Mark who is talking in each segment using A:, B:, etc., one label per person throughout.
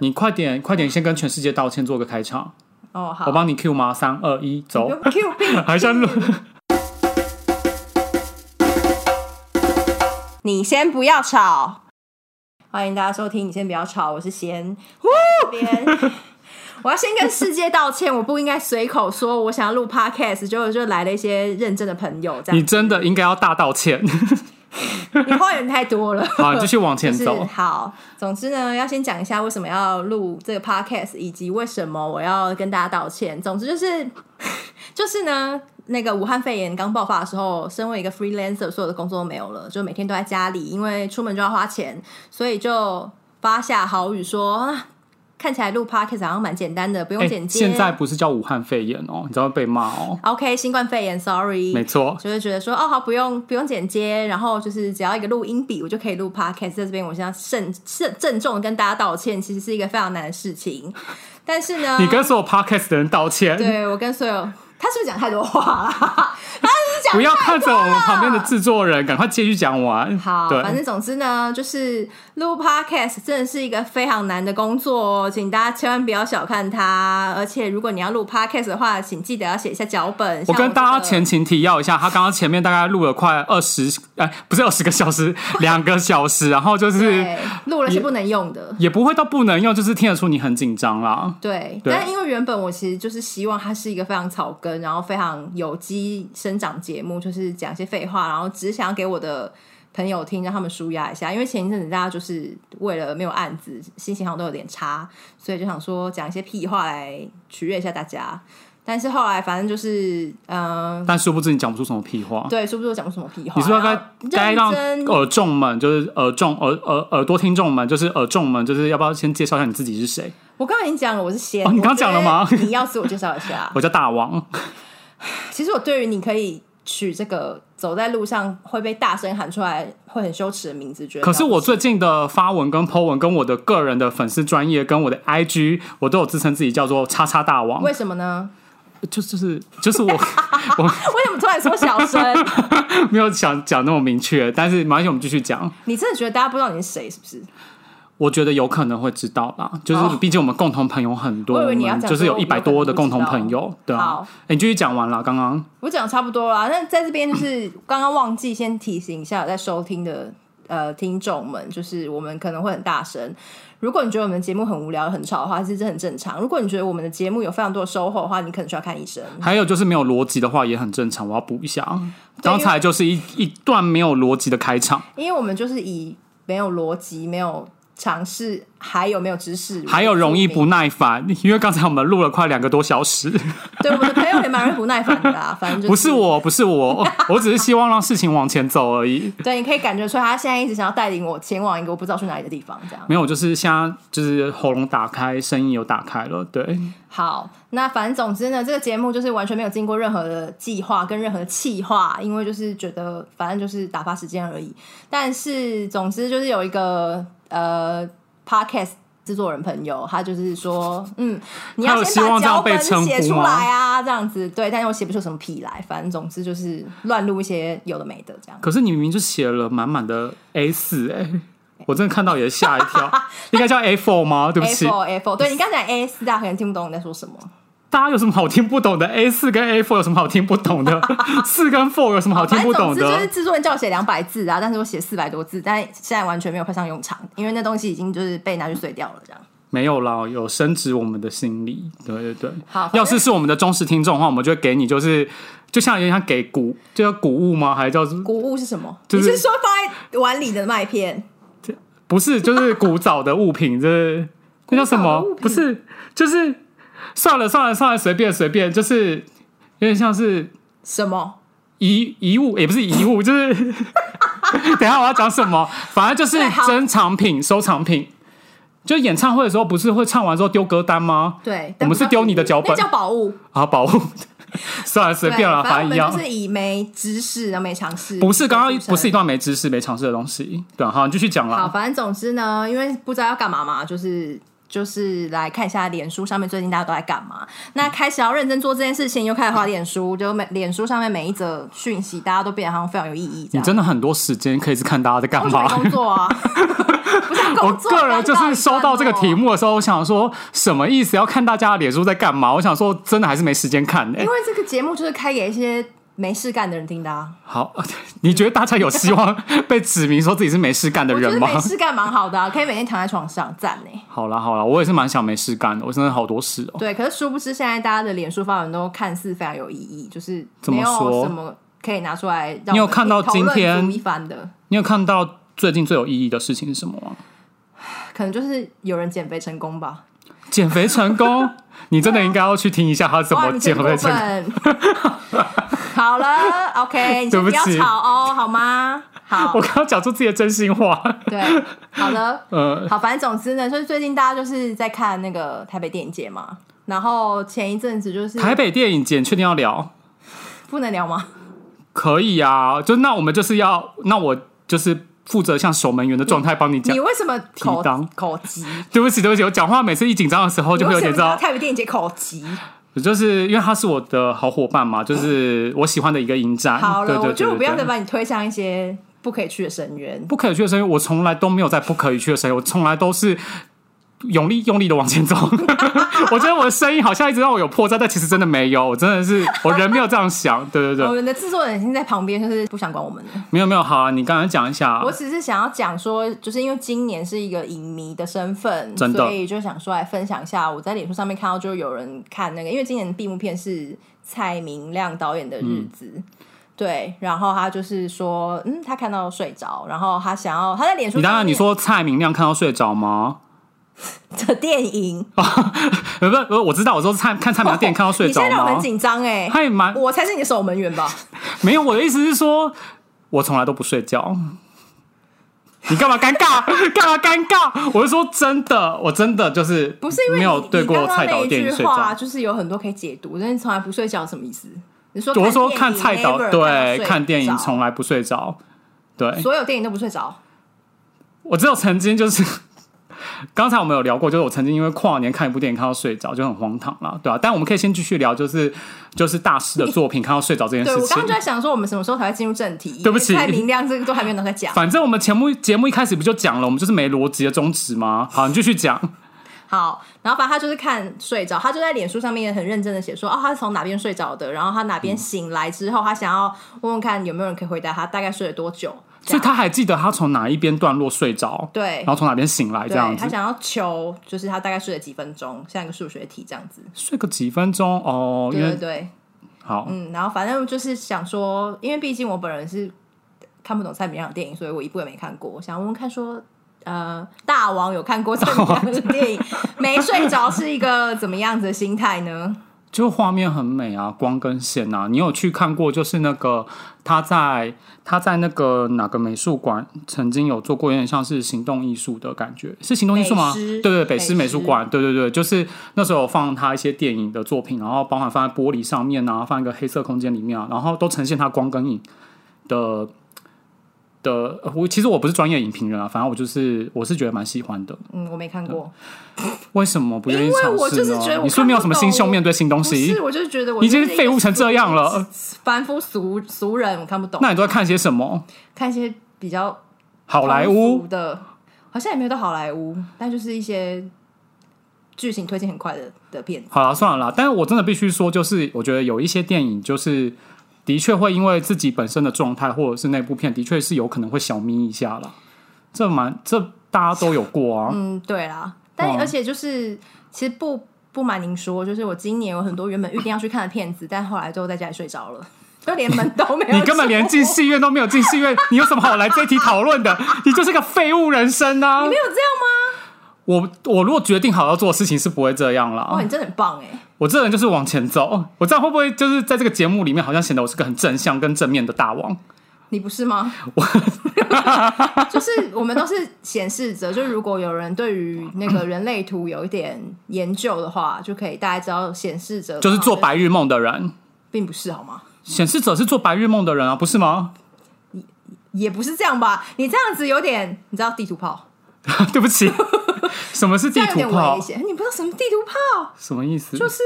A: 你快点，快点，先跟全世界道歉，做个开场。
B: 哦，好，
A: 我帮你 Q 吗？三二一，走。
B: Q 病，
A: 还想录？
B: 你先不要吵。欢迎大家收听，你先不要吵，我是贤。呼这边 我要先跟世界道歉，我不应该随口说我想要录 podcast，结果就来了一些认真的朋友，这
A: 你
B: 样
A: 真的应该要大道歉。
B: 你话有点太多了。
A: 好，继续往前
B: 就是
A: 走。
B: 好，总之呢，要先讲一下为什么要录这个 podcast，以及为什么我要跟大家道歉。总之就是 就是呢，那个武汉肺炎刚爆发的时候，身为一个 freelancer，所有的工作都没有了，就每天都在家里，因为出门就要花钱，所以就发下豪语说。啊看起来录 podcast 好像蛮简单的，不用
A: 哎
B: 剪接。
A: 现在不是叫武汉肺炎哦，你知道被骂 哦。
B: OK，新冠肺炎，sorry，
A: 没错，
B: 就会觉得说哦好，不用不用剪接，然后就是只要一个录音笔，我就可以录 podcast。在这边，我现在慎慎郑重地跟大家道歉，其实是一个非常难的事情。 但是呢，
A: 你跟所有 podcast 的人道歉，
B: 嗯对我跟所有，他是不是讲太多话了？ 他是讲
A: 不要看着我们旁边的制作人，赶快继续讲完。
B: 好，
A: 对，
B: 反正总之呢，就是录 podcast 真的是一个非常难的工作哦，请大家千万不要小看它。而且如果你要录 podcast 的话，请记得要写一下脚本。
A: 我
B: 像
A: 跟大家
B: 这个
A: 前情提要一下，他刚刚前面大概录了快二十，哎，不是二十个小时，两个小时，然后就是
B: 对录了是不能用的。
A: 也不会到不能用，就是听得出你很紧张啦。
B: 对，
A: 对啊
B: 但因为原本我其实就是希望它是一个非常草根，然后非常有机生长节目，就是讲一些废话，然后只想要给我的朋友听，让他们舒压一下。因为前一阵子大家就是为了没有案子，心情好像都有点差，所以就想说讲一些屁话来取悦一下大家。但是后来反正就是，嗯、
A: 但殊不知你讲不出什么屁话。
B: 对，说不定我讲过什么屁话？
A: 哦你是不是
B: 然
A: 该
B: 后
A: 该 让
B: 认真
A: 耳众们，就是耳众耳耳耳朵听众们，就是耳众们，就是要不要先介绍一下你自己是谁？
B: 我刚刚已经讲了，我是仙。
A: 哦 你刚
B: 我觉
A: 讲了
B: 得
A: 吗
B: 你要自我介绍一下。
A: 我叫大王，
B: 其实我对于你可以取这个走在路上会被大声喊出来会很羞耻的名字，觉得
A: 可是我最近的发文跟 po 文，跟我的个人的粉丝专业，跟我的 IG，我都有自称自己叫做叉叉大王，
B: 为什么呢？
A: 就就是就是我
B: 为什么突然说小声？
A: 没有想讲那么明确，但是没关系，我们继续讲。
B: 你真的觉得大家不知道你是谁是不是？
A: 我觉得有可能会知道吧，就是
B: 哦
A: 毕竟我们共同朋友很多，
B: 我以为你要
A: 们
B: 讲
A: 就是
B: 说
A: 有
B: 我
A: 一百
B: 有可能
A: 多的
B: 不
A: 共
B: 知
A: 同
B: 道
A: 朋友，对啊
B: 好。
A: 哎你继续讲完了，刚刚。
B: 我讲得差不多啦。那在这边就是刚刚忘记先提醒一下有在收听的呃听众们，就是我们可能会很大声。如果你觉得我们的节目很无聊、很吵的话，其实这很正常。如果你觉得我们的节目有非常多的收获的话，你可能需要看医生。
A: 还有就是没有逻辑的话也很正常，我要补一下。啊
B: 嗯
A: 刚才就是一一段没有逻辑的开场，
B: 因为我们就是以没有逻辑、没有尝试，还有没有知识，
A: 还有容易不耐烦，因为刚才我们录了快两个多小时，
B: 对我们的朋友也蛮容易不耐烦的啦。反正、就是、
A: 不是，我，不是 我，我只是希望让事情往前走而已。
B: 对，你可以感觉出来，他现在一直想要带领我前往一个我不知道去哪里的地方，这样。
A: 没有，就是现在就是喉咙打开，声音有打开了，对，
B: 嗯好，那反正总之呢，这个节目就是完全没有经过任何的计划跟任何的企划，因为就是觉得反正就是打发时间而已。但是总之就是有一个呃 podcast。制作人朋友，他就是说，嗯，你
A: 他
B: 要
A: 有希
B: 先把
A: 望这样
B: 脚
A: 被
B: 本
A: 称呼
B: 写出
A: 吗
B: 来啊，这样子对，但是我写不出什么屁来，反正总之就是乱录一些有的没的这样。
A: 可是你明明就写了满满的 A 四哎、我真的看到也吓一 跳，应该叫 A four 吗？对不
B: A
A: 起
B: four A four，对你刚才 A 四，大家可能听不懂你在说什么。
A: 大家有什么好听不懂的？A 四跟 A four 有什么好听不懂的？ 四跟 four 有什么 好听不懂
B: 哦反正总之就是
A: 的？
B: 制作人叫我写两百字啊，但是我写四百多字，但现在完全没有派上用场，因为那东西已经就是被拿去碎掉了。这样
A: 没有啦，有升值我们的心理。对对对，
B: 好，
A: 要是是我们的忠实听众的话，我们就会给你，就是就像有点像给鼓，就叫鼓物吗？还是叫
B: 谷物是什么？
A: 就是
B: 你是说放在碗里的麦片？
A: 不是？就是古早的物品，就是那叫什
B: 古早
A: 么
B: 的物？品
A: 不是，就是算了算了算了，随便随便，就是有点像是
B: 什么？
A: 遗遗物，也不是遗物，就是 等一下我要讲什么，反正就是
B: 对好
A: 珍藏品、收藏品。就演唱会的时候，不是会唱完之后丢歌单吗？
B: 对，
A: 我们是丢你的脚本
B: 那叫宝物。
A: 啊，保护， 算了，随便了，
B: 对反
A: 反
B: 正
A: 正一
B: 我
A: 样
B: 们就。是以没知识然后没尝试，
A: 不是刚刚不是一
B: 段。
A: 段没知识、没尝试的东西，对啊，好，你继续讲
B: 好，
A: 啦。
B: 反正总之呢，因为不知道要干嘛嘛，就是。就是来看一下脸书上面最近大家都在干嘛。那开始要认真做这件事情，又开始滑脸书，就每脸书上面每一则讯息，大家都变得好像非常有意义
A: 你
B: 这样。
A: 真的很多时间可以是看大家在干
B: 为什
A: 嘛
B: 么。工 作啊？不是啊
A: 我
B: 工作，
A: 个人就是收到这个题
B: 目。
A: 目的时候，我想说什么意思？要看大家的脸书在干嘛？我想说，真的还是没时间看、欸
B: 因。为这个节目就是开给一些没事干的人听的啊。
A: 好， 你觉得大家有希望 被指明说自己是没事干的
B: 我觉
A: 人
B: 得
A: 吗？
B: 没事干蛮好的、啊，可以每天躺在床上，赞呢、
A: 好啦好啦，我也是蛮想没事干的，我真的好多事哦、
B: 对，可是殊不知现在大家的脸书发文都看似非常有意义，就是
A: 怎
B: 没
A: 么
B: 有
A: 说
B: 什么可以拿出来让我们
A: 你有看到
B: 讨
A: 今
B: 论
A: 天
B: 足一番的，
A: 你有看到最近最有意义的事情是什么吗？
B: 可能就是有人减肥成功吧。
A: 减肥成 功，你真的应该要去听一下他怎
B: 哇，
A: 么
B: 你
A: 减
B: 真过
A: 肥成功。
B: 分。 好了，OK，
A: 对
B: 你先
A: 不
B: 不要
A: 起
B: 吵哦，好吗？好
A: 我，刚刚讲出自己的真心话，
B: 对，好了。
A: 呃，
B: 好，反正总之呢，就是最近大家就是在看那个台北电影节嘛，然后前一阵子就是
A: 台北电影节你确定要聊？
B: 不能聊吗？
A: 可以啊，就那我们就是要，那我就是负责像守门员的状态帮你讲
B: 你。为什么口
A: 提纲
B: 口急？
A: 对不起，对不起，我讲话每次一紧张的时候 就会有点
B: 你为
A: 知
B: 什么
A: 道
B: 要，台北电影节口急。
A: 就是因为他是我的好伙伴嘛，就是我喜欢的一个影展。
B: 好
A: 对
B: 了，
A: 对对
B: 我觉得
A: 对
B: 我不要
A: 对
B: 再把你推向一些不可以去的深渊。
A: 不可以去的声音，我从来都没有在不可以去的声音，我从来都是用力用力的往前 走。我觉得我的声音好像一直让我有破绽，但其实真的没有，我真的是我人没有这样想。对对
B: 我
A: 对，
B: 们的制作人已经在旁边，就是不想管我们了。
A: 没有没有，好、啊，你刚刚讲一下
B: 我，只是想要讲说，就是因为今年是一个影迷的身份，
A: 真的
B: 所以就想说来分享一下我在脸书上面看到，就有人看那个，因为今年的闭幕片是蔡明亮导演的《
A: 嗯
B: 日子》对，然后他就是说，嗯，他看到睡着，然后他想要他在脸书
A: 你
B: 上面，
A: 刚刚你说蔡明亮看到睡着吗？
B: 这电影
A: 呃不不，我知道，我说蔡看蔡明亮电影看到睡着
B: 哦你现在让我
A: 吗
B: 很？紧张哎、
A: 还蛮
B: 我才是你的守门员 吧？
A: 没有，我的意思是说，我从来都不睡觉。你干嘛尴尬？干嘛尴尬？我是说真的，我真的就是
B: 不是因
A: 没
B: 为你
A: 有对过
B: 你刚
A: 蔡
B: 刚那
A: 导
B: 一
A: 电影
B: 句
A: 睡着
B: 话，。就是有很多可以解读，但是从来不睡觉什么意思？你说
A: 我说
B: 看
A: 看蔡导
B: never
A: 对
B: 到
A: 看电
B: 睡
A: 影
B: 着
A: 从来不睡着，对
B: 所有电影都不睡着，
A: 我只有曾经就是 刚才我们有聊过，就是我曾经因为跨年看一部电影看到睡着，就很荒唐啦，对啊。但我们可以先继续聊，就是就是大师的作品看到睡着这件
B: 对
A: 事
B: 我
A: 情
B: 刚刚就。在想说，我们什么时候才会进入正题？
A: 哎对不起
B: 因为蔡明亮这个都还没有拿出来 讲。
A: 反正我们节目节目一开始不就讲了，我们就是没逻辑的宗旨吗？好，你继续讲。
B: 好，然后反正他就是看睡着，他就在脸书上面很认真的写说，哦，他是从哪边睡着的，然后他哪边醒来之后，他想要问问看有没有人可以回答他大概睡了多久。
A: 所以
B: 这样
A: 他还记得他从哪一边段落睡着，
B: 对
A: 然后从哪边醒来这样
B: 对，他
A: 子，
B: 想要求就是他大概睡了几分钟，像一个数学题这样子。
A: 睡个几分钟哦，
B: 对
A: 因
B: 对
A: 为
B: 对，
A: 好，
B: 嗯，然后反正就是想说，因为毕竟我本人是看不懂蔡明亮的电影，所以我一部也没看过。想问问看说，呃，大王有看过蔡明亮的 电影，没睡着是一个怎么样子的心态呢？
A: 就画面很美啊，光跟线啊，你有去看过？就是那个他在他在那个哪个美术馆曾经有做过，有点像是行动艺术的感觉，是行动艺术吗？
B: 北师
A: 对对，北师
B: 北
A: 美
B: 师
A: 术馆，对对对，就是那时候有放他一些电影的作品，然后包含放在玻璃上面啊，放一个黑色空间里面啊，然后都呈现他光跟影的。的，我其实我不是专业影评人啊，反正我就是我是觉得蛮喜欢的。
B: 嗯，我没看过，
A: 为什么不愿意
B: 因为
A: 尝试呢？
B: 我就是觉得我
A: 你是不是没有什么
B: 看不
A: 新
B: 懂
A: 胸面对新东
B: 不
A: 西？
B: 是，我就是觉得我
A: 你已经
B: 就是一个哦
A: 废物成这样了，呃
B: 凡夫俗俗人，我看不懂，
A: 那你都在看些什么？
B: 看一些比较
A: 好莱
B: 通
A: 坞
B: 俗的，好像也没有到好莱坞，但就是一些剧情推进很快的的片子。
A: 好了，算了啦。但是我真的必须说，就是我觉得有一些电影，就是的确会因为自己本身的状态，或者是那部片，的确是有可能会小眯一下啦。这蛮这大家都有过啊。
B: 嗯，对啦，但
A: 哦
B: 而且就是，其实不不瞒您说，就是我今年有很多原本预定要去看的片子，但后来都在家里睡着了， 就连门都没 有
A: 你根本连
B: 进
A: 进戏院都没有进戏院，你有什么好来这一题讨论的？你就是个废物人生啊！
B: 没有这样
A: 我我如果决定好要做的事情是不会这样啦。
B: 吗？哇，你真的很棒哎、
A: 我这人就是往前走，我这样会不会就是在这个节目里面好像显得我是个很正向跟正面的大王？
B: 你不是吗？ 就是我们都是显示者，就是如果有人对于那个人类图有一点研究的话，就可以大家知道显示 者
A: 就是做，白日梦的人。
B: 并不是好吗？
A: 显示者是做白日梦的人啊，不是吗？
B: 也不是这样吧？你这样子有点，你知道地图炮。
A: 对不起， 什么是
B: 这
A: 地
B: 样有
A: 图
B: 点
A: 炮
B: 危？险。你不知道什么地图炮，
A: 什么意思？
B: 就是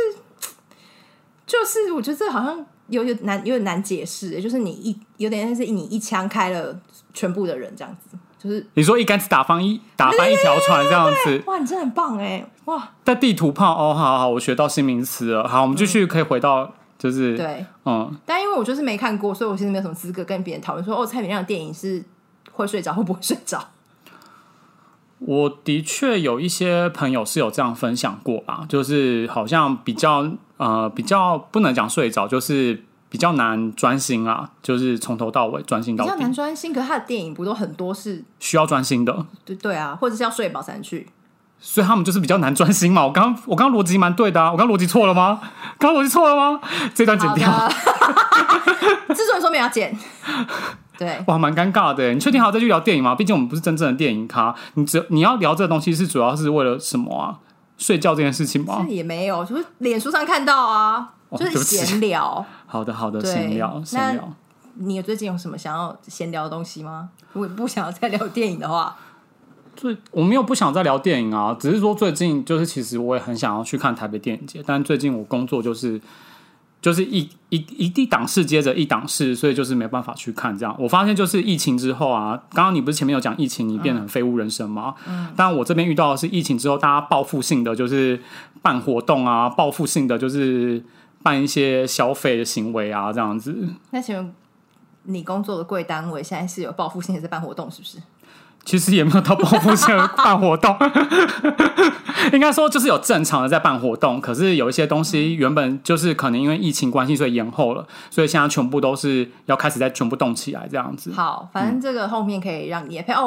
B: 就是，我觉得这好像有有难有点难解释，欸就是你一有点像是你一枪开了全部的人这样子，就是
A: 你说一竿子打翻一打翻一条船这样子，
B: 哇，你真的很棒哎，哇，
A: 但地图炮哦，好好，我学到新名词了。好，我们继续可以回到就是
B: 对。
A: 嗯，
B: 但因为我就是没看过，所以我其实没有什么资格跟别人讨论说哦，蔡明亮的电影是会睡着或不会睡 着。
A: 我的确有一些朋友是有这样分享过啊，就是好像比较呃比较不能讲睡着，就是比较难专心啊，就是从头到尾专心
B: 比
A: 到
B: 较
A: 底
B: 难，专心，可他的电影不都很多是，
A: 需要专心的，
B: 对对啊，或者是要睡饱才能去。
A: 所以他们就是比较难专心嘛。我刚我刚刚逻辑蛮对的啊，我刚刚逻辑错了吗？刚刚逻辑错了吗？这段剪
B: 好
A: 掉。
B: 的，制作人说没有要剪，对，
A: 哇，蛮尴尬的。你确定还要再去聊电影吗？毕竟我们不是真正的电影咖。你只你要聊这个东西是主要是为了什么啊？睡觉这件事情吗
B: 这？也没有，就是脸书上看到啊，
A: 哦
B: 就是
A: 对不起
B: 闲聊。
A: 好的，好的，
B: 对
A: 闲聊，
B: 那
A: 闲聊。
B: 你有最近有什么想要闲聊的东西吗？如果不想要再聊电影的话，
A: 最我没有不想再聊电影啊，只是说最近就是其实我也很想要去看台北电影节，但最近我工作就是就是一一一一档事接着一档事，所以就是没办法去看这样。我发现就是疫情之后啊，刚刚你不是前面有讲疫情，你变得很废物人生吗？嗯，但我这边遇到的是疫情之后，大家报复性的就是办活动啊，报复性的就是办一些消费的行为啊，这样子。
B: 那请问你工作的贵单位现在是有报复性的在办活动，是不是？
A: 其实也没有到报复性的办活动， 应该说就是有正常的在办活动，可是有一些东西原本就是可能因为疫情关系所以延后了，所以现在全部都是要开始在全部动起来这样子。
B: 好，反正这个后面可以让你也配哦。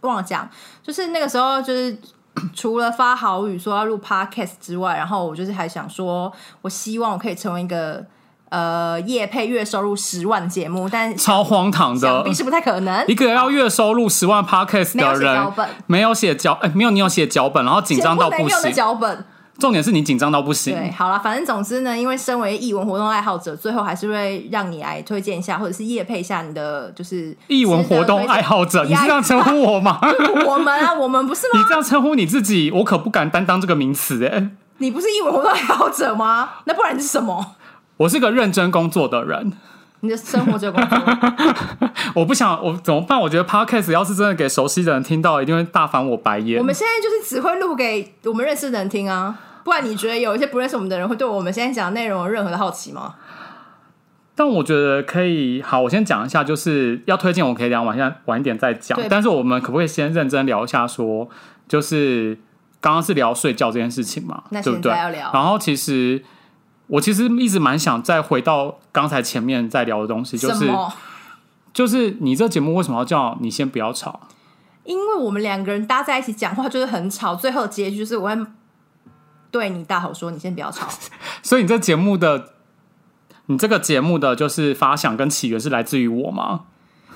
B: 我忘了讲，就是那个时候，就是 除了发好语说要录 podcast 之外，然后我就是还想说，我希望我可以成为一个呃夜配月收入十万的节目，但
A: 超荒唐
B: 想
A: 的
B: 必，是不太可能。
A: 一个要月收入十万 podcast
B: 没有
A: 的
B: 写脚
A: 人，
B: 本，
A: 没有写脚，哎、没有你有写脚本，然后紧张到
B: 钱不
A: 不
B: 能用的
A: 行，
B: 脚本。
A: 重点是你紧张到不
B: 对，
A: 行。
B: 好了，反正总之呢，因为身为译文活动爱好者，最后还是会让你来推荐一下，或者是夜配一下你的就是
A: 译文活动爱好者，你是这样称呼我吗？
B: 我们啊，我们不是
A: 你
B: 吗？
A: 这样称呼你自己，我可不敢担当这个名词哎、
B: 你不是译文活动爱好者吗？那不然你是什么？
A: 我是个认真工作的人，
B: 你的生活只有工作，
A: 我不想，我怎么办？我觉得 podcast 要是真的给熟悉的人听到，一定会大翻我白眼
B: 我。们现在就是只会录给我们认识的人听啊。不然你觉得有一些不认识我们的人会对我们现在讲的内容有任何的好奇吗？
A: 但我觉得可以，好，我先讲一下，就是要推荐，我可以聊晚下晚一点再讲
B: 对。
A: 但是我们可不可以先认真聊一下说就是刚刚是聊睡觉这件事情嘛，
B: 那
A: 对不
B: 现
A: 对？
B: 在要聊
A: 然后其实我其实一直蛮想再回到刚才前面在聊的东西，就
B: 什
A: 是
B: 么？
A: 就是你这节目为什么要叫你先不要吵？
B: 因为我们两个人搭在一起讲话就是很吵，最后的结局就是我会对你大吼说：“你先不 要吵。
A: 所以你这节目的，你这个节目的就是发想跟起源是来自于我吗？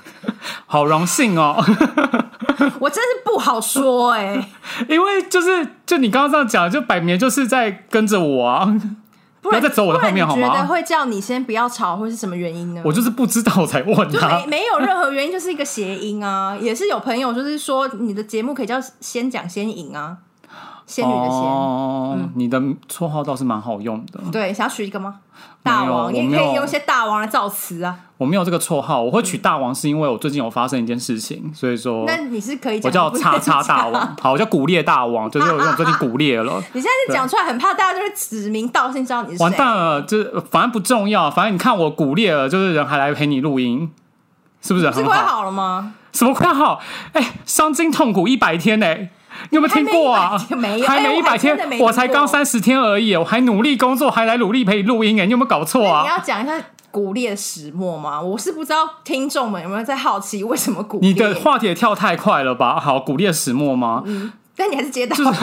A: 好荣幸哦，”
B: 我真是不好说哎、
A: 因为就是就你刚刚这样讲，就摆明就是在跟着我啊，
B: 不
A: 不要再走我的后面
B: 不然你
A: 好
B: 觉
A: 吗
B: 得会叫你先不要吵，会是什么原因呢？
A: 我就是不知道我才问
B: 就
A: 他、
B: 没没有任何原因，就是一个谐音啊。 也是有朋友就是说，你的节目可以叫“先讲先赢”啊， 仙女的仙。嗯
A: 哦，你的绰号倒是蛮好用的，
B: 对，想要取一个吗？大王，
A: 没有我
B: 你也
A: 没
B: 可
A: 有
B: 以用一些大王来造词啊。
A: 我没有这个绰号，我会取大王是因为我最近有发生一件事情，所以说
B: 那你是可以讲，
A: 我叫
B: 不是可
A: 叉
B: 以
A: 叉大
B: 讲。
A: 王，好，我叫骨裂大王，就是因为我最近骨裂了。
B: 你现在是讲出来，很怕大家就会指名道姓知道你是谁。
A: 完蛋了，这反正不重要，反正你看我骨裂了，就是人还来陪你录音，是不是
B: 不是
A: 很
B: 快
A: 好？
B: 好了吗？
A: 什么快好？哎、伤筋痛苦一百天呢、你有没有听过啊？
B: 还没100天没有
A: 还
B: 哎
A: 没一
B: 我
A: 百
B: 还
A: 天
B: 真的没，听
A: 我才刚三十天而已，哦我还努力工作，还来努力陪你录音哎、你有没有搞错
B: 那你
A: 啊？
B: 要讲一下古烈始末吗？我是不知道听众们有没有在好奇为什么古
A: 你
B: 烈，
A: 的话题也跳太快了吧？好，骨裂始末吗？
B: 但你还是接到了，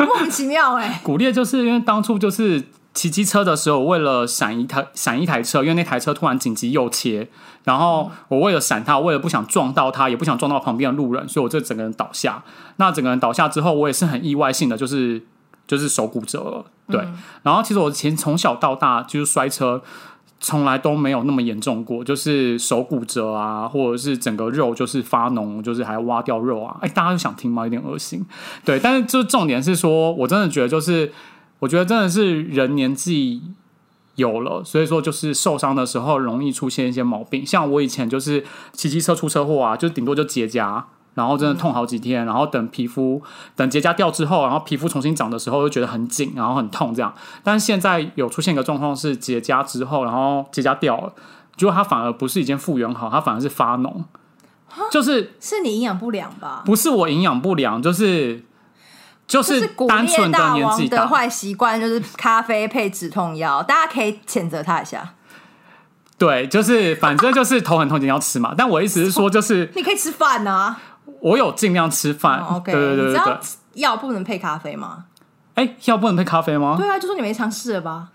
B: 莫名其妙哎、
A: 骨裂就是因为当初就是骑机车的时候，我为了闪一台闪一台车，因为那台车突然紧急右切，然后我为了闪它，为了不想撞到它，也不想撞到旁边的路人，所以我就整个人倒下。那整个人倒下之后，我也是很意外性的，就是就是手骨折了。对，然后其实我前从小到大就是摔车。从来都没有那么严重过，就是手骨折啊，或者是整个肉就是发脓，就是还挖掉肉啊。哎，大家都想听吗？有点恶心。对，但是就重点是说，我真的觉得就是，我觉得真的是人年纪有了，所以说就是受伤的时候容易出现一些毛病。像我以前就是骑机车出车祸啊，就顶多就结痂，然后真的痛好几天，然后等皮肤等结痂掉之后，然后皮肤重新长的时候又觉得很紧，然后很痛这样。但是现在有出现一个状况是结痂之后，然后结痂掉了，结果它反而不是已经复原好，它反而是发脓，就是
B: 是你营养不良吧？
A: 不是我营养不良，就是就
B: 就是古
A: 单
B: 烈
A: 纯
B: 大
A: 年
B: 王
A: 纪
B: 的
A: 大，
B: 坏习惯就是咖啡配止痛药，大家可以谴责他一下。
A: 对，就是反正就是头很痛，你要吃嘛。但我意思是说，就是
B: 你可以吃饭啊、
A: 我有尽量吃饭，
B: o k
A: 对啊对对
B: 哦你知
A: 对对
B: 道。药不能配咖啡吗？
A: 哎，要不能配咖啡吗？
B: 对啊，就说你没尝试了吧？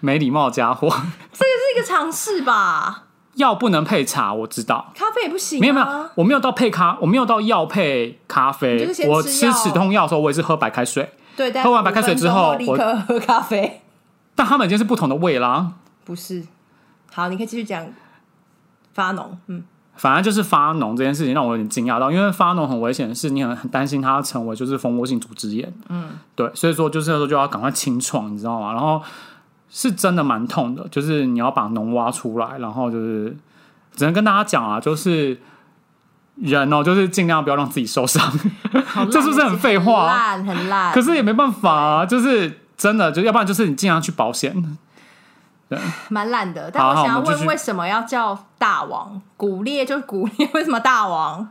A: 没礼貌家伙，
B: 这是一个尝试吧？
A: 药不能配茶，我知道。
B: 咖啡也不行、啊，
A: 没有没有，我没有到配咖，我没有到药配咖
B: 你
A: 啡
B: 就是先。吃
A: 我吃
B: 药
A: 止痛药的时候，我也是喝白开水，
B: 对，但
A: 喝完白开水之后
B: 5分钟立刻喝咖啡，
A: 但他们已经是不同的味啦。
B: 不是？好，你可以继续讲发脓，嗯，
A: 反正就是发脓这件事情让我有点惊讶到，因为发脓很危险的是，你很很担心它成为就是蜂窝性组织炎。嗯，对，所以说就是那时候就要赶快清创，你知道吗？然后是真的蛮痛的，就是你要把脓挖出来，然后就是只能跟大家讲啊，就是人哦，就是尽量不要让自己受伤，
B: 好烂
A: 这是不是很废话
B: 很烂，很烂。
A: 可是也没办法啊，就是真的，就要不然就是你尽量去保险。
B: 蛮烂的。但
A: 好
B: 我想
A: 好
B: 要
A: 我们继
B: 问，
A: 续
B: 为什么要叫大王？古烈就是古烈，为什么大王？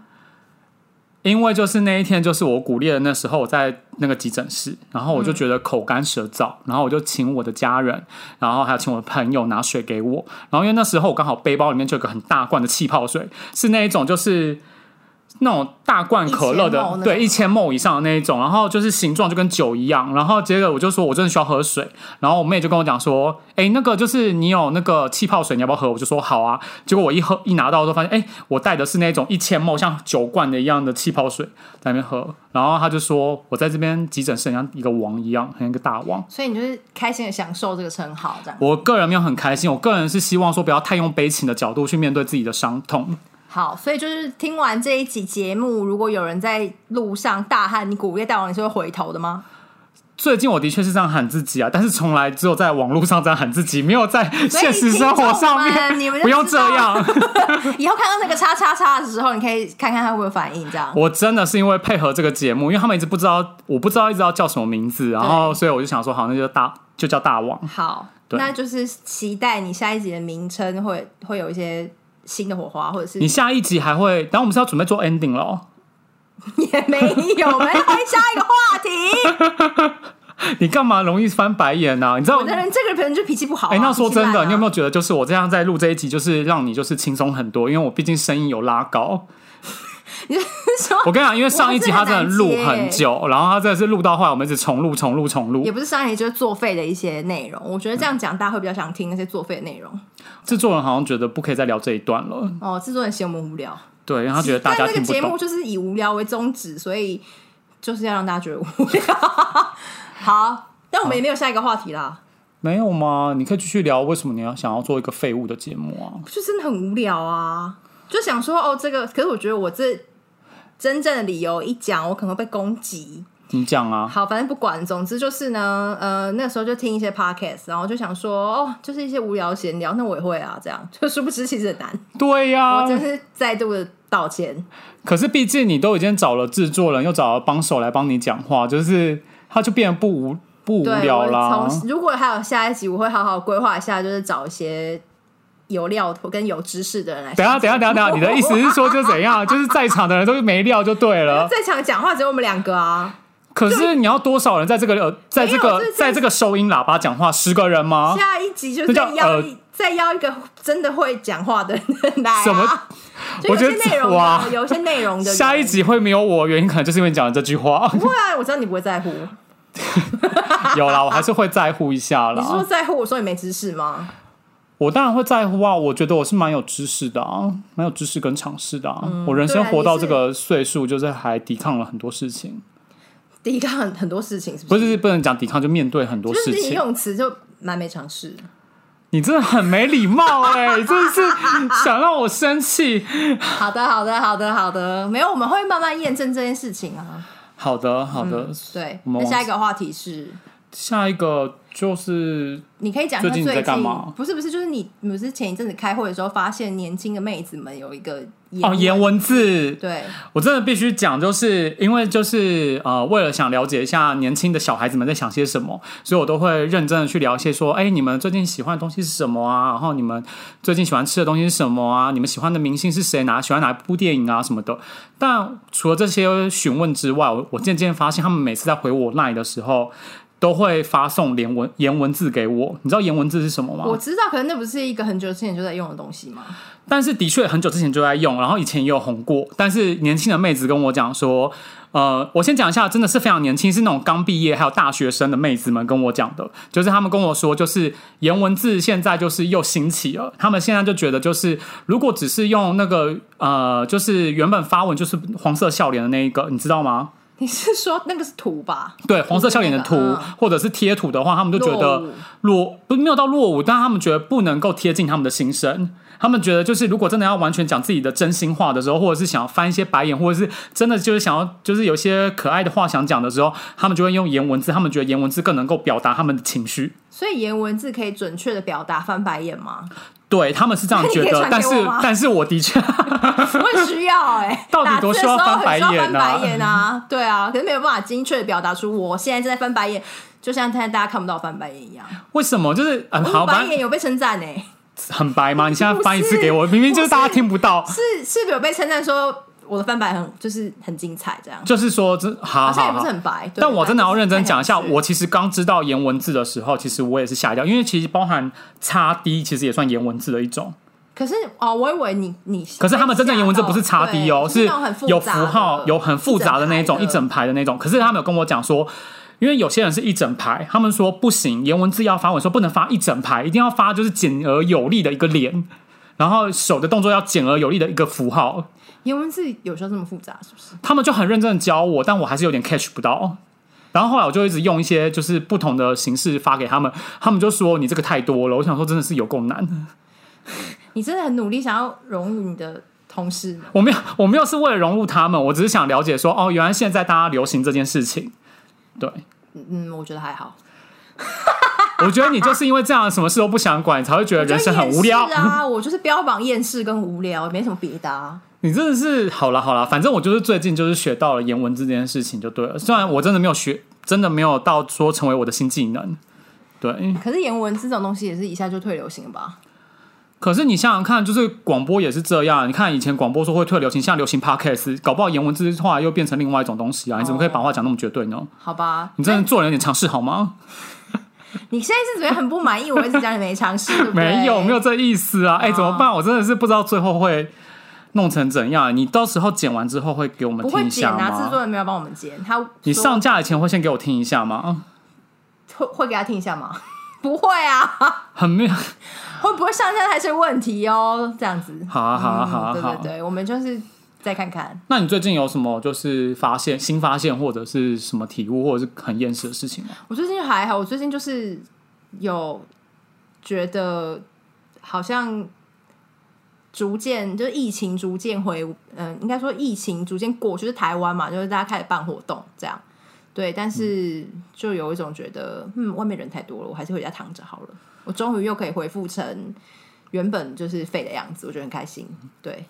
A: 因为就是那一天，就是我骨裂的那时候，我在那个急诊室，然后我就觉得口干舌燥，然后我就请我的家人，然后还有请我的朋友拿水给我，然后因为那时候我刚好背包里面就有个很大罐的气泡水，是那一种就是那种大罐可乐
B: 1000 ml 那
A: 的，
B: 种
A: 对，一千梦以上的那一种，然后就是形状就跟酒一样，然后接着我就说我真的需要喝水，然后我妹就跟我讲说，哎，那个就是你有那个气泡水，你要不要喝？我就说好啊，结果我一喝一拿到之后发现，哎，我带的是那种一千梦像酒罐的一样的气泡水在那边喝，然后他就说我在这边急诊室很像一个王一样，很像一个大王。
B: 所以你就是开心的享受这个称号，这样。
A: 我个人没有很开心，我个人是希望说不要太用悲情的角度去面对自己的伤痛。
B: 好，所以就是听完这一集节目，如果有人在路上大喊“你古烈大王”，你是会回头的吗？
A: 最近我的确是这样喊自己啊，但是从来只有在网络上这样喊自己，没有在现实生活上
B: 所以听众
A: 面。
B: 们你们就
A: 不用
B: 知
A: 这
B: 道，
A: 样，
B: 以后看到那个叉叉叉的时候，你可以看看他会不会反应，这样。
A: 我真的是因为配合这个节目，因为他们一直不知道，我不知道一直要叫什么名字，然后所以我就想说，好，那就大就叫大王。
B: 好，
A: 对
B: 那就是期待你下一集的名称会会有一些新的火花，或者是
A: 你下一集还会，然后我们是要准备做 ending 了哦，
B: 也没有，我们要开下一个话 题。
A: 你干嘛容易翻白眼啊呢、你知道
B: 有的人这个人就脾气不好、啊。
A: 哎、那说真的，你有没有
B: 有？
A: 觉得，就是我这样在录这一集，就是让你就是轻松很多，因为我毕竟声音有拉高。
B: 你是说
A: 我跟你讲，因为上一集他真的录
B: 我真的很
A: 很
B: 难接欸
A: 久，然后他真的是录到后来，我们一直重录、重录、重录
B: 也。不是上一集就是作废的一些内容？我觉得这样讲大家会比较想听那些作废的内容。
A: 制作人好像觉得不可以再聊这一段了，
B: 哦，制作人嫌我们无聊，
A: 对，然后他觉得大家
B: 但那
A: 听
B: 个
A: 不
B: 节目
A: 懂。
B: 就是以无聊为宗旨，所以就是要让大家觉得无聊。 好，但我们也没有下一个话题啦，
A: 没有吗？你可以继续聊，为什么你要想要做一个废物的节目啊？
B: 就真的很无聊啊，就想说哦，这个，可是我觉得我这真正的理由一讲，我可能会被攻击。
A: 你讲啊，
B: 好，反正不管，总之就是呢，呃，那时候就听一些 podcast，然后就想说，哦，就是一些无聊闲聊，那我也会啊，这样，就殊不知其实很难，
A: 对呀、
B: 我真是再度的道歉，
A: 可是毕竟你都已经找了制作人，又找了帮手来帮你讲话，就是他就变得不无不无
B: 对，
A: 聊啦
B: 我。从如果还有下一集，我会好好规划一下，就是找一些有料跟有知识的人来。
A: 等一下，等一下，等一下，你的意思是说就怎样？就是在场的人都没料就对了。
B: 在场讲话只有我们两个啊，
A: 可是你要多少人在这个呃，在这
B: 没有
A: 个
B: 就是
A: 在这个收音喇叭讲话？十个人吗？
B: 下一集就
A: 啊那
B: 再
A: 叫
B: 邀
A: 呃
B: 一、再邀一个真的会讲话的人来、啊。
A: 什么？
B: 就有
A: 我觉
B: 些
A: 得
B: 内容
A: 哇
B: 的，有一些内容的人。
A: 下一集会没有我，原因可能就是因为你讲了这句话。
B: 不会啊，我知道你不会在乎。
A: 有啦，我还是会在乎一下
B: 你是说
A: 啦。
B: 在乎我说你没知识吗？
A: 我当然会在乎啊，我觉得我是蛮有知识的啊，蛮有知识跟尝试的啊。我人生
B: 对啊
A: 活到
B: 你是
A: 这个岁数，就是还抵抗了很多事情，
B: 第一个很很多事情是
A: 不
B: 啊是？
A: 是不能讲抵抗，就面对很多
B: 就是
A: 事
B: 你
A: 情。
B: 用词就蛮没常识。
A: 你真的很没礼貌哎、你真的是想让我生气。
B: 好的，好的，好的，好的，没有，我们会慢慢验证这件事情啊。
A: 好的，好的，
B: 对，
A: 我们往
B: 那下一个话题是，
A: 下一个就是
B: 你可以讲一下
A: 最
B: 最
A: 近
B: 近
A: 你在干嘛
B: 不是不是，就是你，你不是前一阵子开会的时候发现年轻的妹子们有一个
A: 哦，颜文字，
B: 对，
A: 我真的必须讲，就是因为就是呃，为了想了解一下年轻的小孩子们在想些什么，所以我都会认真的去聊一些说，哎、你们最近喜欢的东西是什么啊？然后你们最近喜欢吃的东西是什么啊？你们喜欢的明星是谁？哪喜欢哪部电影啊什么的。但除了这些询问之外，我我渐渐发现，他们每次在回我 line 的时候，都会发送连文言文字给我。你知道言文字是什么吗？
B: 我知道，可能那不是一个很久之前就在用的东西嘛。
A: 但是的确很久之前就在用，然后以前也有红过。但是年轻的妹子跟我讲说，呃，我先讲一下，真的是非常年轻，是那种刚毕业还有大学生的妹子们跟我讲的，就是他们跟我说，就是颜文字现在就是又兴起了，他们现在就觉得就是如果只是用那个呃，就是原本发文就是黄色笑脸的那一个，你知道吗？
B: 你是说那个是图吧？
A: 对，黄色笑脸的图、
B: 嗯
A: 或者是贴图的话，他们就觉
B: 落伍
A: 得落不没有到落伍，但他们觉得不能够贴近他们的心声。他们觉得就是如果真的要完全讲自己的真心话的时候，或者是想要翻一些白眼，或者是真的就是想要就是有些可爱的话想讲的时候，他们就会用颜文字，他们觉得颜文字更能够表达他们的情绪。
B: 所以颜文字可以准确的表达翻白 眼吗？
A: 对他们是这样觉
B: 你可以
A: 得，
B: 传给
A: 但是
B: 我吗
A: 但是我的确
B: 我也需要哎、
A: 到底
B: 打字
A: 多
B: 的
A: 需要
B: 时候
A: 翻
B: 很
A: 白
B: 需要
A: 眼
B: 翻
A: 啊
B: 白眼啊，对啊，可是没有办法精确的表达出我现在正在翻白眼，就像现在大家看不到我翻白眼一样。
A: 为什么就是嗯
B: 我
A: 好
B: 白
A: 反
B: 眼有被称赞欸呢，
A: 正很白 吗？你现在
B: 不
A: 翻一次
B: 是
A: 给我，明明就是
B: 不是
A: 大家听不到，
B: 是是有被称赞说我的翻白很就是很精彩这样，
A: 就是说这好
B: 好像也
A: 好
B: 不
A: 好
B: 是。很白。对
A: 但我真的要认真讲一下，
B: 反正
A: 我其实刚知道颜文字的时候，其实我也是吓一跳，因为其实包含叉 D，其实也算颜文字的一种。
B: 可是哦，我以为你你，
A: 可是他们真正颜文字不是叉 D 哦，
B: 对
A: 是
B: 那种很复杂
A: 有符号、
B: 的
A: 有很复杂的那一种，
B: 一
A: 一
B: 整
A: 整排的那种。可是他们有跟我讲说，因为有些人是一整排，他们说不行，颜文字要发，我说不能发一整排，一定要发就是简而有力的一个脸，然后手的动作要简而有力的一个符号。
B: 颜文字有时候这么复杂，是不是？
A: 他们就很认真的教我，但我还是有点 catch 不到。然后后来我就一直用一些就是不同的形式发给他们，他们就说你这个太多了。我想说真的是有够难，
B: 你真的很努力想要融入你的同事们，
A: 我没有我没有是为了融入他们，我只是想了解说哦，原来现在大家流行这件事情。对，
B: 嗯，我觉得还好。
A: 我觉得你就是因为这样什么事都不想管，你才会觉得人生很无
B: 我
A: 聊
B: 就。厌世啊！我就是标榜厌世跟无聊，没什么别的啊。
A: 你真的是好了好了，反正我就是最近就是学到了颜文字这件事情就对了。虽然我真的没有学，真的没有到说成为我的新技能。对，
B: 可是颜文字这种东西也是一下就退流行了吧？
A: 可是你想想看，就是广播也是这样。你看以前广播说会退流行，像流行 podcast，搞不好言文字话又变成另外一种东西啊！你怎么可以把话讲那么绝对呢？
B: 好吧，
A: 你真的做人有点尝试好吗？
B: 你现在是怎么样很不满意？我一直讲你没尝试，对不对
A: 没有，没有。这意思啊！哎、怎么办？我真的是不知道最后会弄成怎样。啊你到时候剪完之后会给我们
B: 不
A: 听
B: 会
A: 一
B: 剪
A: 下
B: 啊，制
A: 吗？
B: 作人没有帮我们剪，他
A: 你
B: 说
A: 上架以前会先给我听一下吗？
B: 会会给他听一下吗？ 不会啊，
A: 很没有，
B: 会不会上架还是问题哦？这样子，
A: 好啊，好啊，好啊，
B: 嗯对
A: 好啊。
B: 对对，我们就是再看看。
A: 那你最近有什么就是发现、新发现或者是什么体悟，或者是很厌世的事情吗？
B: 我最近还好，我最近就是有觉得好像逐渐就是疫情逐渐回，嗯、应该说疫情逐渐过，就是台湾嘛，就是大家开始办活动这样。对，但是就有一种觉得，嗯，外面人太多了，我还是回家躺着好了。我终于又可以恢复成原本就是废的样子，我觉得很开心。对，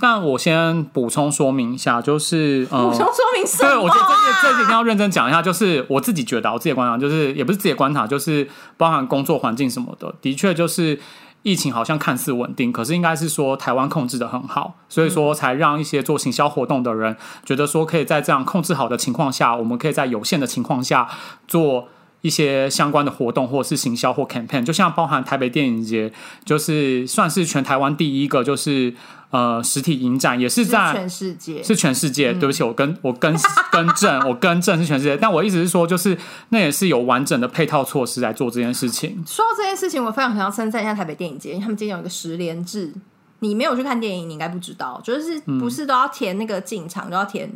A: 但我先补充说明一下，就是
B: 补
A: 呃，
B: 充说明什么、
A: 对，我觉得这
B: 啊？
A: 件这件一定要认真讲一下，就是我自己觉得啊，我自己的观察就是，也不是自己的观察，就是包含工作环境什么的，的确就是疫情好像看似稳定，可是应该是说台湾控制的很好，所以说才让一些做行销活动的人觉得说，可以在这样控制好的情况下，我们可以在有限的情况下做。一些相关的活动，或者是行销或 campaign，就像包含台北电影节，就是算是全台湾第一个，就是呃实体影展，也是
B: 是
A: 在
B: 全世界，
A: 是全世
B: 嗯
A: 界，对不起，我跟我更 更正，我更正是全世界。但我意思是说，就是那也是有完整的配套措施来做这件事情。
B: 说到这件事情，我非常想要称赞一下台北电影节，因为他们今天有一个十连制。你没有去看电影，你应该不知道，就是
A: 嗯
B: 不是都要填那个进场，都要填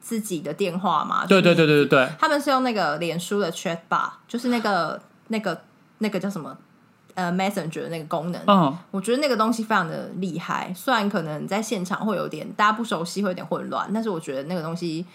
B: 自己的电话嘛？
A: 对对
B: 就是
A: 对
B: 你。
A: 对对对，
B: 他们是用那个脸书的 chat bar，就是那个那个那个叫什么呃 Messenger 的那个功能，
A: 嗯，
B: 我觉得那个东西非常的厉害。虽然可能在现场会有点大家不熟悉，会有点混乱，但是我觉得那个东西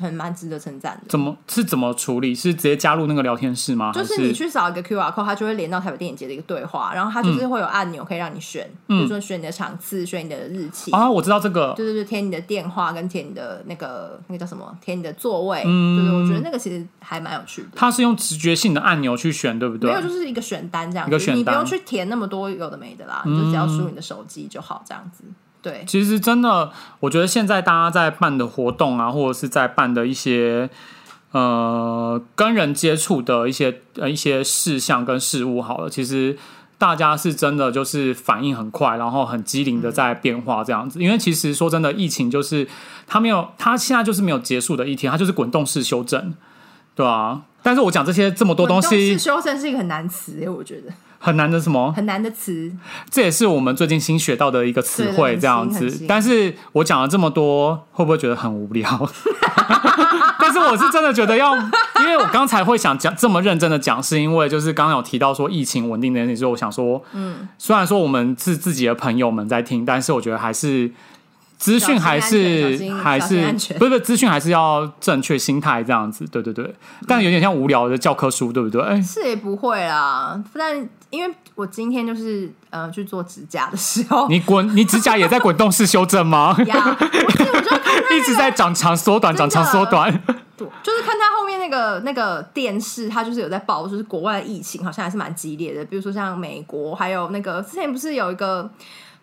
B: 很蛮值得称赞的。
A: 怎么是怎么处理？是直接加入那个聊天室吗？
B: 就
A: 还
B: 是
A: 是
B: 你去扫一个 QR code，它就会连到台北电影节的一个对话，然后它
A: 嗯
B: 就是会有按钮可以让你选，比如说选你的场次、选你的日期，
A: 啊，我知道这个，
B: 对对对，填你的电话跟填你的那个那个叫什么，填你的座位，嗯、对对，我觉得那个其实还蛮有趣的。
A: 它是用直觉性的按钮去选，对不对啊
B: 没有，？就是一个选单这样
A: 一个
B: 子，
A: 选
B: 你不
A: 单嗯
B: 用去填那么多有的没的啦，你就只要输你的手机就好，这样子。对，
A: 其实真的，我觉得现在大家在办的活动啊，或者是在办的一些呃跟人接触的一些呃一些事项跟事物，好了，其实大家是真的就是反应很快，然后很机灵的在变化这样子。因为其实说真的，疫情就是它没有，它现在就是没有结束的一天，它就是滚动式修正，对啊。但是我讲这些这么多东
B: 是
A: 西
B: 修正是一个很难词，欸我觉得
A: 很难的什么？
B: 很难的词。
A: 这也是我们最近新学到的一个词汇，
B: 对
A: 这样
B: 很新很
A: 子
B: 新。
A: 但是我讲了这么多，会不会觉得很无聊？ 但是我是真的觉得要，因为我刚才会想讲这么认真的讲，是因为就是刚刚有提到说疫情稳定的那时候，我想说，嗯，虽然说我们是自己的朋友们在听，但是我觉得还是资讯还
B: 小
A: 是
B: 心安全小心
A: 还
B: 小心
A: 是
B: 安全
A: 不是不是资讯还是要正确心态这样子，对对对。但有点像无聊的教科书，对不对？哎
B: 是也不会啦，但因为我今天就是呃去做指甲的时候，
A: 你滚，你指甲也在滚动式修正吗？
B: 呀，
A: 一直在长长缩短，
B: 真
A: 长
B: 的
A: 长缩短。
B: 就是看他后面那个那个电视，它就是有在报，就是国外的疫情好像还是蛮激烈的，比如说像美国，还有那个之前不是有一个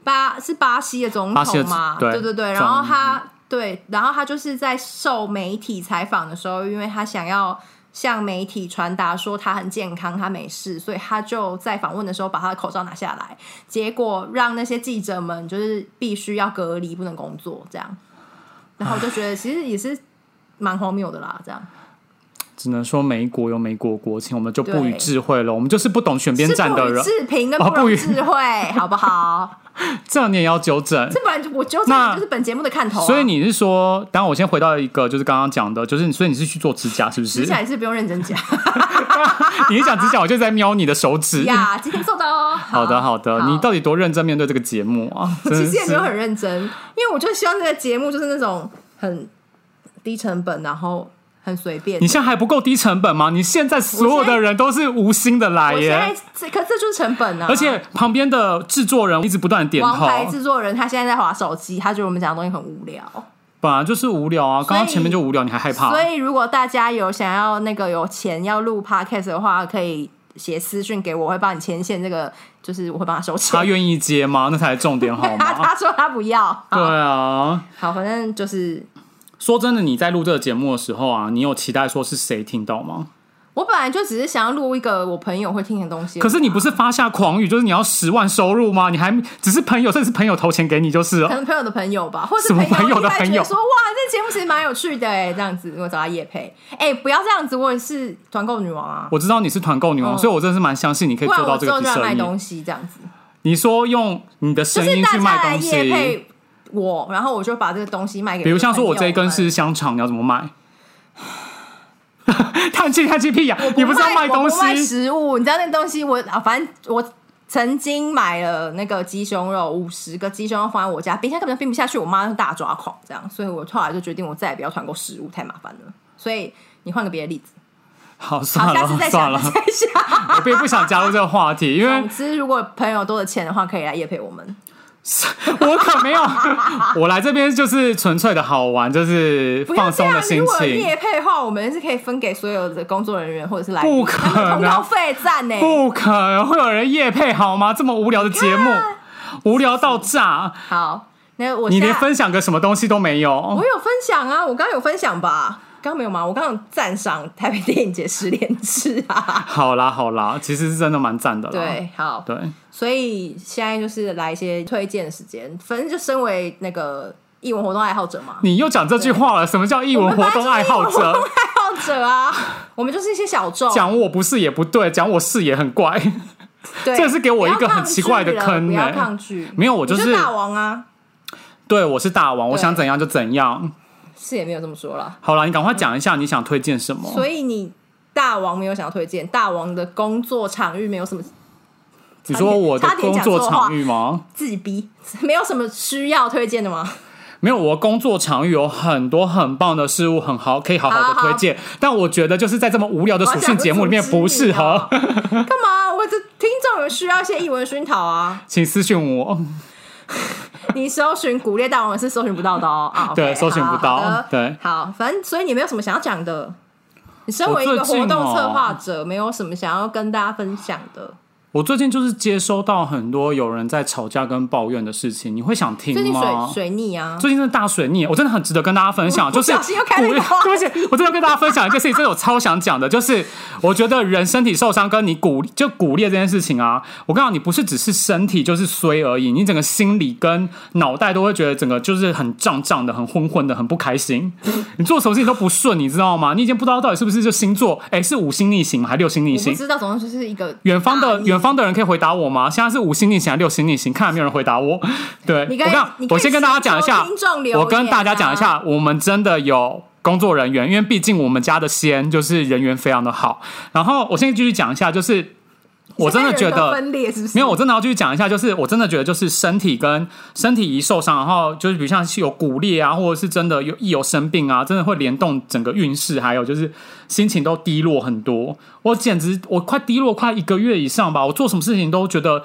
B: 巴是巴西的总
A: 巴西的
B: 统嘛，
A: 对
B: 对对对，然后他对，然后他就是在受媒体采访的时候，因为他想要。向媒体传达说他很健康，他没事，所以他就在访问的时候把他的口罩拿下来，结果让那些记者们就是必须要隔离，不能工作这样。然后我就觉得其实也是蛮荒谬的啦，这样。
A: 只能说美国有美国国情，我们就不予
B: 对
A: 智慧了。我们就是不懂选边
B: 是
A: 站
B: 不
A: 的
B: 予
A: 人，
B: 置评跟
A: 哦
B: 不
A: 不予
B: 容 智慧，好不好？
A: 这你也要纠正。
B: 这不然就我纠正
A: 那
B: 你就是本节目的看头啊。
A: 所以你是说，当然我先回到一个，就是刚刚讲的，就是你所以你是去做指甲，是不
B: 接
A: 是
B: 下？来是不用认真讲
A: 你一讲指甲，我就在瞄你的手指。
B: 呀，今天送到哦。
A: 好的，好的，你
B: 到
A: 到底多认真面对这个节目啊？真 的
B: 其实也没有
A: 是
B: 很认真，因为我就希望这个节目就是那种很低成本，然后很随便
A: 你。现在还不够低成本吗？你现在所有的人都是无心的来
B: 我现在
A: 耶，
B: 这可这就是成本啊，
A: 而且旁边的制作人一直不断地点
B: 王
A: 头，
B: 牌制作人他现在在划手机，他觉得我们讲的东西很无聊。
A: 本来就是无聊啊。刚刚
B: 所以
A: 前面就无聊，你还害怕？
B: 所以如果大家有想要那个有钱要录 podcast 的话，可以写私讯给我，我会帮你牵线。这个就是我会帮他收
A: 他
B: 钱。
A: 愿意接吗？那才是重点好
B: 他
A: 吗？
B: 他说他不要。
A: 对啊，
B: 好，反正就是
A: 说真的，你在录这个节目的时候啊，你有期待说是谁听到吗？
B: 我本来就只是想要录一个我朋友会听的东西。
A: 可是你不是发下狂语，就是你要十万收入吗？你还只是朋友，甚至朋友投钱给你就是
B: 可
A: 了。
B: 能朋友的朋友吧，或者是
A: 什么
B: 朋
A: 朋友的
B: 一般觉
A: 朋
B: 得
A: 友
B: 说哇，这节目其实蛮有趣的哎，这样子，我找他夜配，哎，不要这样子，我也是团购女王啊，
A: 我知道你是团购女王，
B: 嗯
A: 所以我真的是蛮相信你可以
B: 不
A: 做
B: 然
A: 到
B: 我
A: 这
B: 之
A: 个
B: 后
A: 去
B: 就要卖
A: 生
B: 东
A: 意。
B: 西这样子。
A: 你说用你的
B: 就
A: 声
B: 是
A: 音
B: 大
A: 去卖
B: 家来
A: 东
B: 夜
A: 西，
B: 配我，然后我就把这个东西卖给。
A: 比如像说我这一根，是香肠，你要怎么卖？ 叹气叹气屁呀、你不是要卖东
B: 我不卖
A: 西？
B: 食物，你知道那个东西我啊，反正我曾经买了那个鸡胸肉，五十个鸡胸肉放在我家冰箱根本就冰不下去，我妈就大抓狂这样，所以我后来就决定我再也不要团购食物，太麻烦了。所以你换个别的例子，
A: 好，
B: 好，
A: 算
B: 下次
A: 了
B: 再
A: 算
B: 想
A: 了，
B: 再想。
A: 我并不想加入这个话题，因为
B: 总之，如果朋友多的钱的话，可以来夜配我们。
A: 我可没 有，我来这边就是纯粹的好玩，就是
B: 不要
A: 放
B: 这
A: 松
B: 样
A: 的，心
B: 如果有
A: 情。
B: 夜配的话，我们是可以分给所有的工作人员或者是来宾，
A: 不可能
B: 他们通告费赞呢。
A: 不可能会有人夜配好吗？这么无聊的节目，无聊到炸！
B: 好，那我
A: 你
B: 现
A: 连
B: 在
A: 分享个什么东西都没有
B: 我。有分享啊，我刚刚有分享吧？刚刚没有吗？我刚刚有赞赏台北电影节十连制啊。
A: 好啦好啦，其实是真的蛮赞的啦。
B: 对，好，
A: 对啊
B: 所以现在就是来一些推荐的时间。反正就身为那个艺文活动爱好 者嘛，
A: 你又讲这句话了，什么叫艺
B: 我
A: 文
B: 们
A: 活
B: 本来
A: 动爱
B: 就是
A: 好
B: 艺文
A: 者？
B: 活动爱好者啊，我们就是一些小众。
A: 讲我不是也不对，讲我是也很怪。
B: 对，
A: 这是给我一个
B: 不要
A: 很奇怪的坑
B: 抗拒了
A: 欸
B: 不要抗拒，
A: 没有我
B: 你就
A: 就是
B: 大王啊，
A: 对，我是大王，我
B: 对
A: 想怎样就怎样。
B: 是也没有这么说啦。
A: 好啦，你赶快讲一下你想推荐什么。
B: 所以你大王没有想要推荐，大王的工作场域没有什么
A: 你说我的
B: 差点
A: 工
B: 讲
A: 作
B: 错
A: 场
B: 话
A: 域吗？
B: 自己逼，没有什么需要推荐的吗？
A: 没有，我工作场域有很多很棒的事物，很好，可以好好
B: 好
A: 的
B: 好
A: 推荐。但我觉得就是在这么无聊 的属性节目里面不适
B: 我
A: 合
B: 要，干嘛？我这听众有需要一些译文熏陶啊！
A: 请私信我。嗯
B: 你搜寻“古列大王”是搜寻不到的哦。 啊，
A: 对
B: OK，
A: 搜寻不到
B: 好的
A: 对
B: 好，反正所以你没有什么想要讲的。你身为一
A: 我
B: 个
A: 最近
B: 活动
A: 哦
B: 策划者，没有什么想要跟大家分享的。
A: 我最近就是接收到很多有人在吵架跟抱怨的事情，你会想听
B: 最近水
A: 吗？
B: 水逆啊，
A: 最近真的大水逆，我真的很值得跟大家分享，就是
B: 不小心又开了一个 话
A: 对不起，我真的要跟大家分享一件事情，这是我超想讲的，就是我觉得人身体受伤跟你骨就骨裂这件事情啊，我告诉你，不是只是身体就是衰而已，你整个心理跟脑袋都会觉得整个就是很胀胀的、很昏昏的、很不开心，你做什么事情都不顺，你知道吗？你已经不知道到底是不是就星座，哎，是五星逆行吗还是六星逆
B: 我不
A: 行？
B: 知道，总之就是一个
A: 远方
B: 大
A: 的
B: 逆
A: 远方的人可以回答我吗？现在是五星逆行还是六星逆行？看来没有人回答我。对，
B: 你
A: 我
B: 可以
A: 跟
B: 你可以
A: 我先跟大家讲一下
B: 收听众留言啊
A: 我跟大家讲一下，我们真的有工作人员，因为毕竟我们家的先就是人缘非常的好。然后我现在继续讲一下，就是我真的觉
B: 现在人格
A: 得
B: 分裂是不是？
A: 没有，我真的要继续讲一下，就是我真的觉得，就是身体跟身体一受伤，然后就是比如像是有骨裂啊，或者是真的有一有生病啊，真的会联动整个运势，还有就是心情都低落很多。我简直我快低落快一个月以上吧，我做什么事情都觉得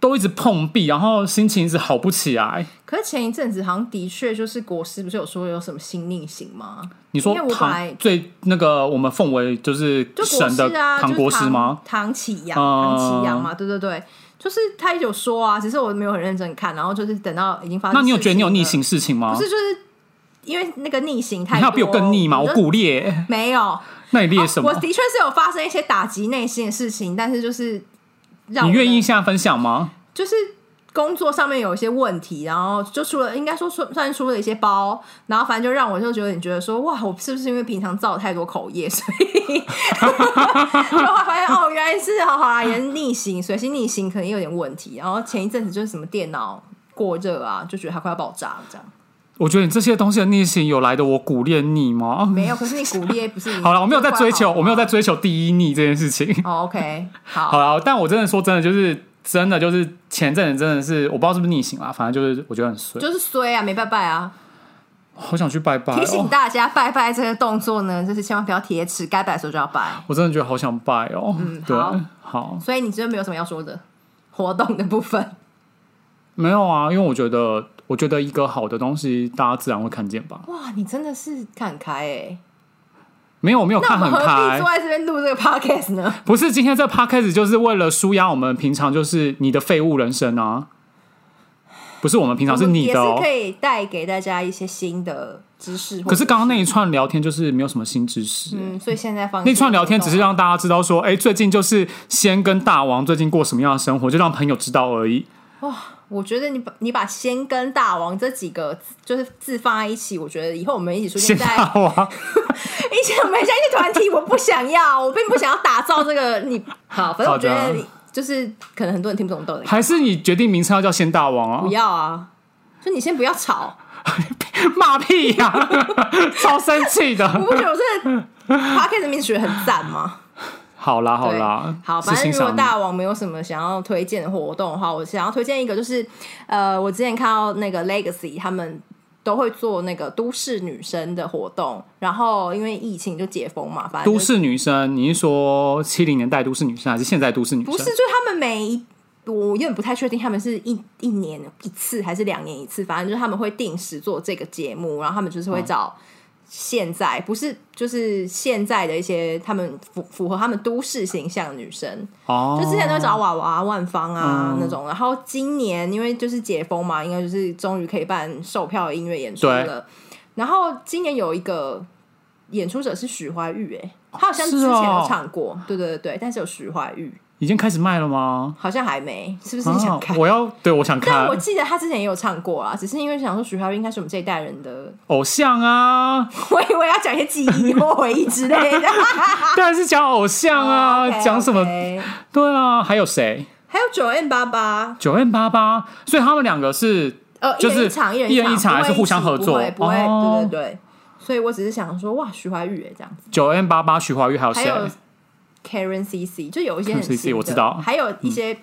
A: 都一直碰壁，然后心情一直好不起来。
B: 可是前一阵子好像的确就是国师不是有说有什么新逆行吗？
A: 你说
B: 因为我本来
A: 唐最那个我们奉为就是
B: 就国
A: 神
B: 师
A: 的
B: 啊，
A: 唐国师吗？？
B: 唐启阳，
A: 嗯
B: 唐启阳嘛，对对对，就是他有说啊，只是我没有很认真看，然后啊就是等到已经发生，
A: 那你有觉得你有逆？行事情吗
B: 不？是，就是因为那个逆行
A: 你还
B: 太多，
A: 有比我更逆吗？我
B: 就
A: 骨裂，
B: 没有，
A: 那你裂什么
B: 啊我？的确是有发生一些打击内心的事情，但是就是让
A: 你
B: 我
A: 愿
B: 的
A: 意现在分享吗？
B: 就是工作上面有一些问题，然后就出了应该说算算出了一些包，然后反正就让我就觉得你觉得说哇，我是不是因为平常造太多口业，所 以就后来发现哦，原来是好好啊，也是逆行，水星逆行可能有点问题。然后前一阵子就是什么电脑过热啊，就觉得它快要爆炸了这样。
A: 我觉得你这些东西的逆行有来的我骨裂逆吗？
B: 没有，可是你鼓励不是已 经
A: 好了，我没有在追求，
B: 嗯就快好了吗
A: 我没有在。追求第一逆这件事情。
B: 哦，OK，好，
A: 好了，但我真的说真的，就是真的就是前阵子真的是我不知道是不是逆行啦，反正就是我觉得很衰，
B: 就是衰啊，没拜拜啊。
A: 好想去拜拜、
B: 提醒
A: 哦。
B: 大家，拜拜这个动作呢，就是千万不要铁齿，该拜的时候就要拜。
A: 我真的觉得好想拜哦。
B: 嗯
A: 对
B: 好，
A: 好，
B: 所以你真的没有什么要说的活动的部分。
A: 没有啊，因为我觉得我觉得一个好的东西，大家自然会看见吧。
B: 哇，你真的是看很开哎、
A: 没有，我没有
B: 那
A: 看
B: 我们
A: 很
B: 何必
A: 开
B: 坐，在这边录这个 podcast 呢？
A: 不是今天这 p 开始就是为了舒压，我们平常就是你的废物人生啊，不是我们平常是
B: 我们
A: 你
B: 嗯也
A: 的、哦，
B: 是可以带给大家一些新的知识。
A: 可是刚刚那一串聊天就是没有什么新知识。
B: 嗯，所以现在放啊
A: 那串聊天只是
B: 让
A: 让大家知道说，哎、最近就是先跟大王最近过什么样的生活，就让朋友知道而已。
B: 我觉得你把你把“先跟大王”这几个字就是字放在一起，我觉得以后我们一起出
A: 先
B: 现在
A: 大王，啊
B: 一起我们现在团体，我不想要，我并不想要打造这个 你好，反正我觉
A: 好
B: 得
A: 的
B: 就是可能很多人听不懂到底
A: 还是你决定名称要叫先大王
B: 不
A: 啊？
B: 要啊，就你先不要吵。
A: 骂屁呀、 超生气
B: 我
A: 的。
B: 不觉得我这个 podcast 名字取得很赞吗？
A: 好啦 好
B: 对
A: 啦，
B: 好，
A: 是
B: 反正
A: 欣
B: 如果
A: 赏你。
B: 大王没有什么想要推荐的活动的话，我想要推荐一个，就是呃，我之前看到那个 Legacy 他们。都会做那个都市女生的活动，然后因为疫情就解封嘛，反正
A: 都
B: 就是
A: 市女生，你是说七零年代都市女生，还是现在都市女生？
B: 不是就是他们每一我有点不太确定，他们是一一年一次还是两年一次，反正就是他们会定时做这个节目，然后他们就是会找
A: 嗯
B: 现在、不是就是现在的一些他们符符合他们都市形象的女生，
A: 哦，
B: 就之前都会找娃娃、万芳啊、
A: 嗯
B: 那种，然后今年因为就是解封嘛，应该就是终于可以办售票的音乐演出
A: 对
B: 了。然后今年有一个演出者是许怀玉、欸，哎，他好像
A: 是
B: 之前
A: 哦
B: 有唱过，对对对对，但是有许怀玉，
A: 已经开始卖了吗？
B: 好像还没，是不是你想
A: 啊
B: 看？，
A: 我要对我想
B: 但
A: 看
B: 我记得他之前也有唱过啊，只是因为想说许怀玉应该是我们这一代人的，
A: 偶像啊。
B: 我以 为要讲一些记忆或回忆之类的。
A: 当然是讲偶像啊，
B: 哦 OK，
A: 讲、什么
B: OK
A: 对啊，还有谁？
B: 还有九 N 八八，
A: 九 N 八八，所以他们两个是
B: 呃，
A: 就
B: 一人
A: 是
B: 一场，一人
A: 一人一场
B: 场，
A: 还是
B: 不会
A: 互相
B: 一起
A: 合作
B: 不会，不会，
A: 哦
B: 对对对。所以我只是想说，哇，徐怀钰哎这样子，
A: 九 N 八八，徐怀钰还有
B: 还
A: 谁？
B: 有 Karen CC，就有一些很
A: Karen CC
B: 新的
A: 我知道嗯
B: 还有一些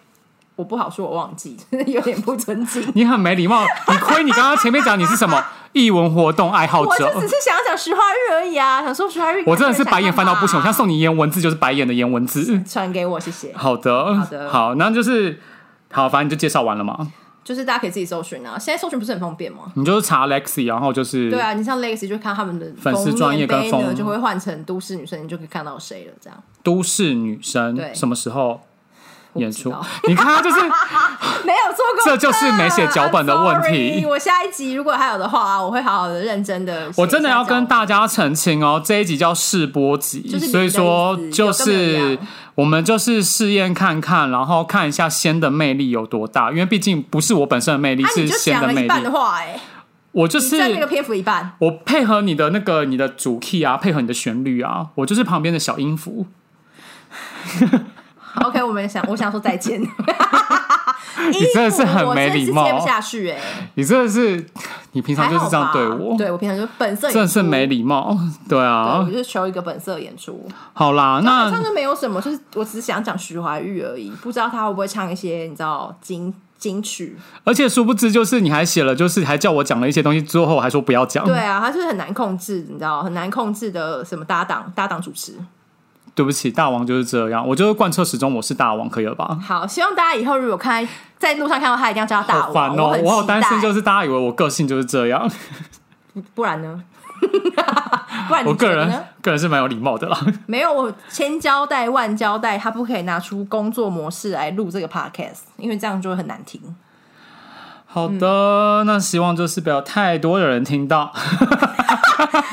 B: 我不好说，我忘记， 有点不尊敬。
A: 你很没礼 貌，你亏你刚刚前面讲你是什么艺文活动爱好
B: 我就
A: 者
B: 只，是想要讲徐怀钰而已啊，想说徐怀钰，
A: 我真的是白眼翻到不行，我
B: 想
A: 像送你颜文字就是白眼的颜文字。
B: 传给我，谢谢。
A: 好的，
B: 好的
A: 好，那就是好，反正你就介绍完了嘛，
B: 就是大家可以自己搜寻啊，现在搜寻不是很方便吗？
A: 你就是查 Lexi，然后就是
B: 对啊，你像 Legacy 就看他们的
A: 粉丝专业跟
B: 封面
A: 封
B: banner 就会换成都市女生，你就可以看到谁了。这样
A: 都市女生
B: 对
A: 什么时候
B: 我不
A: 演
B: 知
A: 出
B: 道？
A: 你看，她 就是
B: 没有做过，
A: 这就是没写脚本的问题
B: I'm sorry，我下一集如果还有的话，我会好好的认真的。
A: 我真的要跟，大家澄清哦，这一集叫试播集，
B: 就是
A: 所以说
B: 你的意思
A: 就
B: 有跟没有一
A: 是
B: 样
A: 我们就是试验看看，然后看一下仙的魅力有多大，因为毕竟不是我本身的魅力，
B: 啊，
A: 是
B: 你就
A: 仙
B: 讲了
A: 魅
B: 一半
A: 力
B: 的。话、哎，
A: 我就
B: 你占那个
A: 是
B: 篇幅一半。
A: 我配合你的那个你的主 key 啊，配合你的旋律啊，我就是旁边的小音符。
B: OK，我们想，我想说再见。你
A: 你真的是很没礼貌
B: 接不下去哎、
A: 你真的是，你平常
B: 还
A: 就
B: 好
A: 是这样
B: 吧
A: 对我，
B: 对我平常就本色演出，
A: 真的是没礼貌。对
B: 对我
A: 啊，
B: 就是求一个本色演出。
A: 好啦，
B: 好像
A: 那
B: 就没有什么，就是我只是想讲徐怀钰而已，不知道他会不会唱一些你知道金金曲？
A: 而且殊不知就是你还写了，就是还叫我讲了一些东西之后，还说不要讲，
B: 对啊，他就是很难控制，你知道很难控制的什么搭档搭档主持。
A: 对不起，大王就是这样，我就是贯彻始终，我是大王，可以了吧？
B: 好，希望大家以后如果看在路上看到他，一定要叫他大
A: 好烦
B: 王。
A: 哦、
B: 很
A: 我好
B: 期
A: 担心，
B: 待
A: 就是大家以为我个性就是这样，
B: 不然呢？不然你
A: 我个
B: 觉得
A: 人
B: 呢
A: 个人是蛮有礼貌的啦。
B: 没有，我千交代万交代，他不可以拿出工作模式来录这个 podcast，因为这样就会很难 听。
A: 好的，那希望就是不要太多的人听到。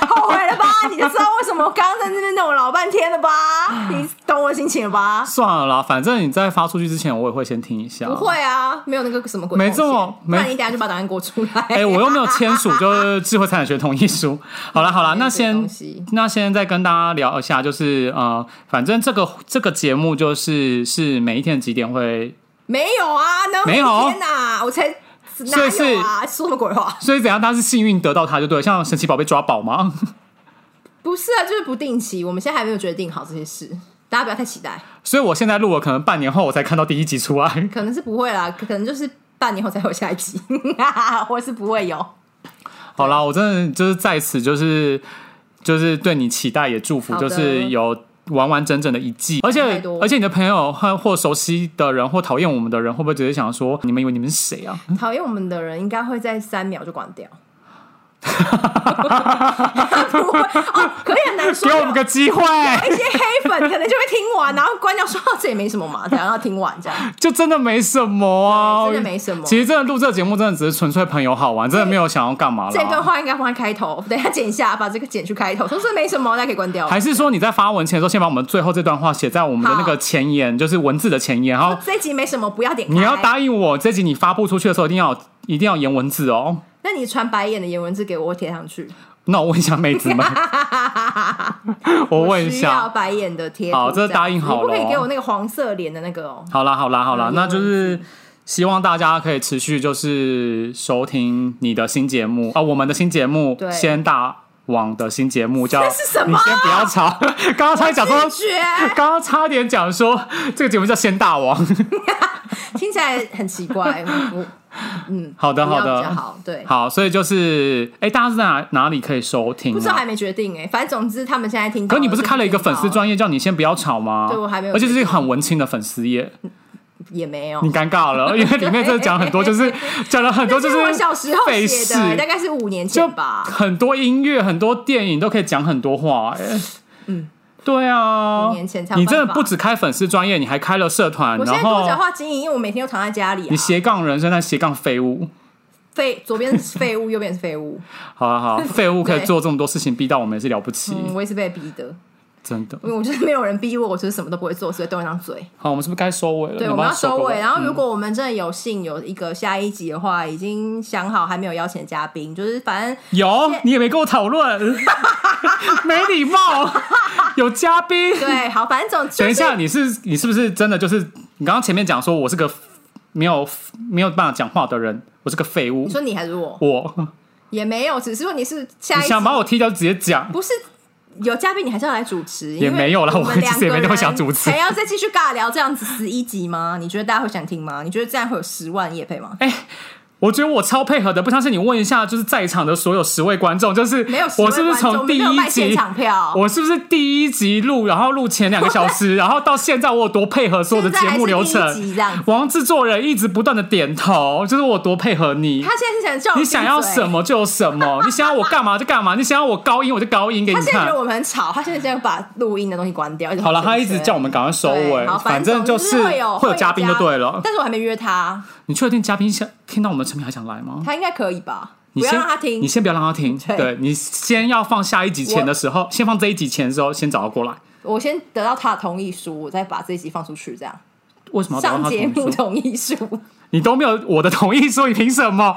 B: 后悔了吧？你就知道为什么我刚刚在那边弄了老半天了吧？你懂我的心情了吧？
A: 算了啦，反正你在发出去之前，我也会先听一下。
B: 不会啊，没有那个什么鬼，
A: 没这么
B: 不然
A: 没
B: 你等下就把答案给我出来。
A: 哎、我又没有签署，就是智慧财产权同意书。好啦好啦，那
B: 这个
A: 先
B: 东西
A: 那先再跟大家聊一下，就是呃，反正这个这个节目就是是每一天几点会，
B: 没有啊，哪
A: 没有
B: 天呐，我才哪
A: 所以是
B: 有啊，说什么鬼话？
A: 所以怎样？他是幸运得到它就对了，像神奇宝贝抓宝吗？
B: 不是啊，就是不定期，我们现在还没有决定好这些事，大家不要太期待，
A: 所以我现在录了，可能半年后我才看到第一集出 来。
B: 可能是不会啦，可能就是半年后才有下一集， 或是不会有。
A: 好啦，我真的就是在此就是就是对你期待也祝福，
B: 好
A: 就
B: 的
A: 是有完完整整的一季，而
B: 太
A: 且
B: 多
A: 而且你的朋友或或熟悉的人或讨厌我们的人，会不会直接想说你们以为你们是谁啊？
B: 讨厌我们的人应该会在三秒就关 掉。不会哦，可以很难
A: 给
B: 说。
A: 我们个机会，
B: 一些黑粉可能就会听完，然后关掉说哦这也没什么嘛，然后听完这样。
A: 就真的没什么啊，
B: 对真的没什么
A: 其实真的录这个节目，真的只是纯粹朋友好玩，真的没有想要干嘛
B: 这段
A: 啦。
B: 话应该放在开头， 等一下剪一下，把这个剪去开头，说这没什么，大家可以关掉。
A: 还是说你在发文前的时候，先把我们最后这段话写在我们的那个
B: 好
A: 前言，就是文字的前言，然后
B: 这一集没什么，不要点开。
A: 你要，答应我，这集你发布出去的时候，一定要一定要言文字哦。
B: 那你传白眼的颜文字给我，我贴上去。
A: 那我问一下妹子 们，我问一
B: 需要
A: 下。
B: 白眼的贴图。
A: 好这
B: 样
A: 答应好
B: 你不可
A: 了
B: 以
A: 哦
B: 给我那个黄色脸的那个哦。
A: 好啦，好啦，好啦，
B: 嗯
A: 那就是希望大家可以持续就是收听你的新节目啊、我们的新节目
B: 对
A: 先大网的新节目叫
B: 这是什么
A: 你先不要吵， 刚刚差点讲说，
B: 拒绝，
A: 刚刚差点讲说这个节目叫先大王。
B: 听起来很奇 怪。我嗯，
A: 好的，
B: 不
A: 好
B: 要比较
A: 的，
B: 好，对。
A: 好，所以就是哎、大家是在哪哪里可以收听、啊？
B: 不知道还没决定哎，反正总之他们现在听到。
A: 可你不是开了一个粉丝专业叫你先不要吵吗？
B: 对我还没有
A: 而且这是一个很文青的粉丝页，
B: 也没有
A: 你。尴尬了，因为里面真的讲很多，就是讲了很 多，就
B: 这我小时候
A: 费
B: 写
A: 事，
B: 的，大概是五年
A: 就
B: 前吧。
A: 很多音乐、很多电影都可以讲很多话、哎，
B: 嗯，
A: 对啊，
B: 五年前才有
A: 你真的
B: 办法
A: 不只开粉丝专业，你还开了社团，
B: 我现
A: 然
B: 在多
A: 后
B: 角化经营，因为我每天都躺在家里啊
A: 你。斜杠人生，但斜杠废物。
B: 废，左边是废物，右边是废物。
A: 好啊 好啊，废物可以
B: 对
A: 做这么多事情，逼到我们也是了不起，
B: 嗯，我也是被逼的，
A: 真的。
B: 因为我就是没有人逼我，我就是什么都不会做，所以动一张 嘴。
A: 好，我们是不是该收尾了？
B: 对，
A: 你
B: 我们
A: 帮
B: 要
A: 收
B: 收
A: 个
B: 尾。啊然后，如
A: 嗯
B: 果我们真的有幸有一个下一集的话，已经想好还没有邀请的嘉宾，就是反 正
A: 有你也没跟我讨 论，没礼貌，有嘉宾。
B: 对，好，反正总、就是、
A: 等一下，，你是你是不是真的就是你刚刚前面讲说我是个没有没有办法讲话的人，我是个废物
B: 你。说你还是我，
A: 我
B: 也没有，只是说你是下
A: 你
B: 一集
A: 想把我踢掉就直接讲，
B: 不是有嘉宾，你还是要来主持，
A: 也没有啦
B: 因为我
A: 我
B: 们两
A: 其实也
B: 个
A: 没那么
B: 人
A: 想主持
B: 还要再继续尬聊这样子十一集吗？你觉得大家会想听吗？你觉得这样会有十万夜配吗？
A: 哎我觉得我超配合的，不相信你问一下，就是在场的所有十位观众，就是
B: 没有十位
A: 我是不是
B: 观众
A: 从第
B: 我们没有
A: 一
B: 卖现
A: 集
B: 场票
A: 我是不是第一集录，然后录前两个小时，然后到现在我有多配合所有的节目流
B: 现在还是第一集
A: 程
B: 这样子？
A: 王制作人一直不断的点头，就是我多配合你
B: 他。现在是想叫我
A: 你想要
B: 闭嘴
A: 什？么就有什 么，你想要我干嘛就干嘛，你想要我高音我就高音给你
B: 他现在觉
A: 看
B: 得。我们很吵，他现在这样把录音的东西关掉。
A: 好了，他一直叫我们赶快收尾
B: 对好，
A: 反正
B: 总
A: 就
B: 之会有
A: 会有嘉宾就对了。
B: 但是我还没约他，
A: 你确定嘉宾想听到我们的成品还想来吗？
B: 他应该可以吧？
A: 你
B: 不要
A: 先
B: 让他听
A: 你。先不要让他听。
B: 对
A: 对你先要放下一集前的时候，先放这一集前的时候，先找他过来。
B: 我先得到他的同意书，我再把这一集放出去，这样
A: 为什么要等
B: 上
A: 到他
B: 节
A: 同
B: 目
A: 意书？
B: 同意书，
A: 你都没有我的同意书，你凭什么？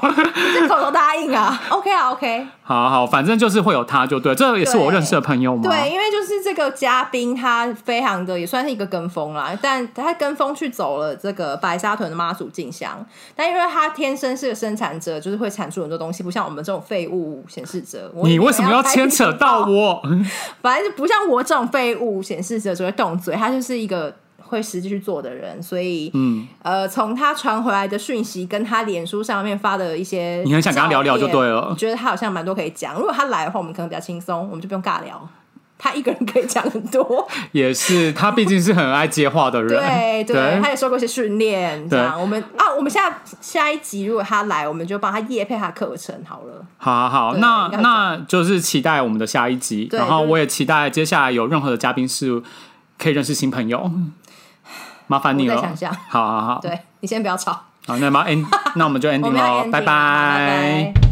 B: 这口头答应啊，OK 啊，OK。
A: 好好，反正就是会有他就对，这也是我认识的朋友嘛。
B: 对，因为就是这个嘉宾，他非常的也算是一个跟风啦，但他跟风去走了这个白沙屯的妈祖进香，但因为他天生是个生产者，就是会产出很多东西，不像我们这种废物显示者。我
A: 你
B: 以
A: 为什么要
B: 开
A: 牵扯到
B: 频道？
A: 我？
B: 反正不像我这种废物显示者只会动嘴，他就是一个会实际去做的人，所以嗯呃，从他传回来的讯息跟他脸书上面发的一些照片，
A: 你很想跟他聊聊就对了
B: 我觉得他好像蛮多可以讲。如果他来的话，我们可能比较轻松，我们就不用尬聊。他一个人可以讲很 多，
A: 也是他毕竟是很爱接话的
B: 对
A: 人，
B: 对，他也受过一些训练，这
A: 对
B: 样我们啊，我们下下一集如果他来，我们就帮他夜配他课程好了。
A: 好好好，
B: 对
A: 那
B: 应该是这
A: 那就是期待我们的下一集，
B: 对
A: 然后
B: 就是
A: 我也期待接下来有任何的嘉宾是可以认识新朋友，麻烦你
B: 我
A: 了。
B: 再想想
A: 好好好，
B: 对你先不要吵，
A: 好，那么 end，那我们就 ending
B: 我们要
A: 喽
B: ending，，
A: 拜
B: 拜拜。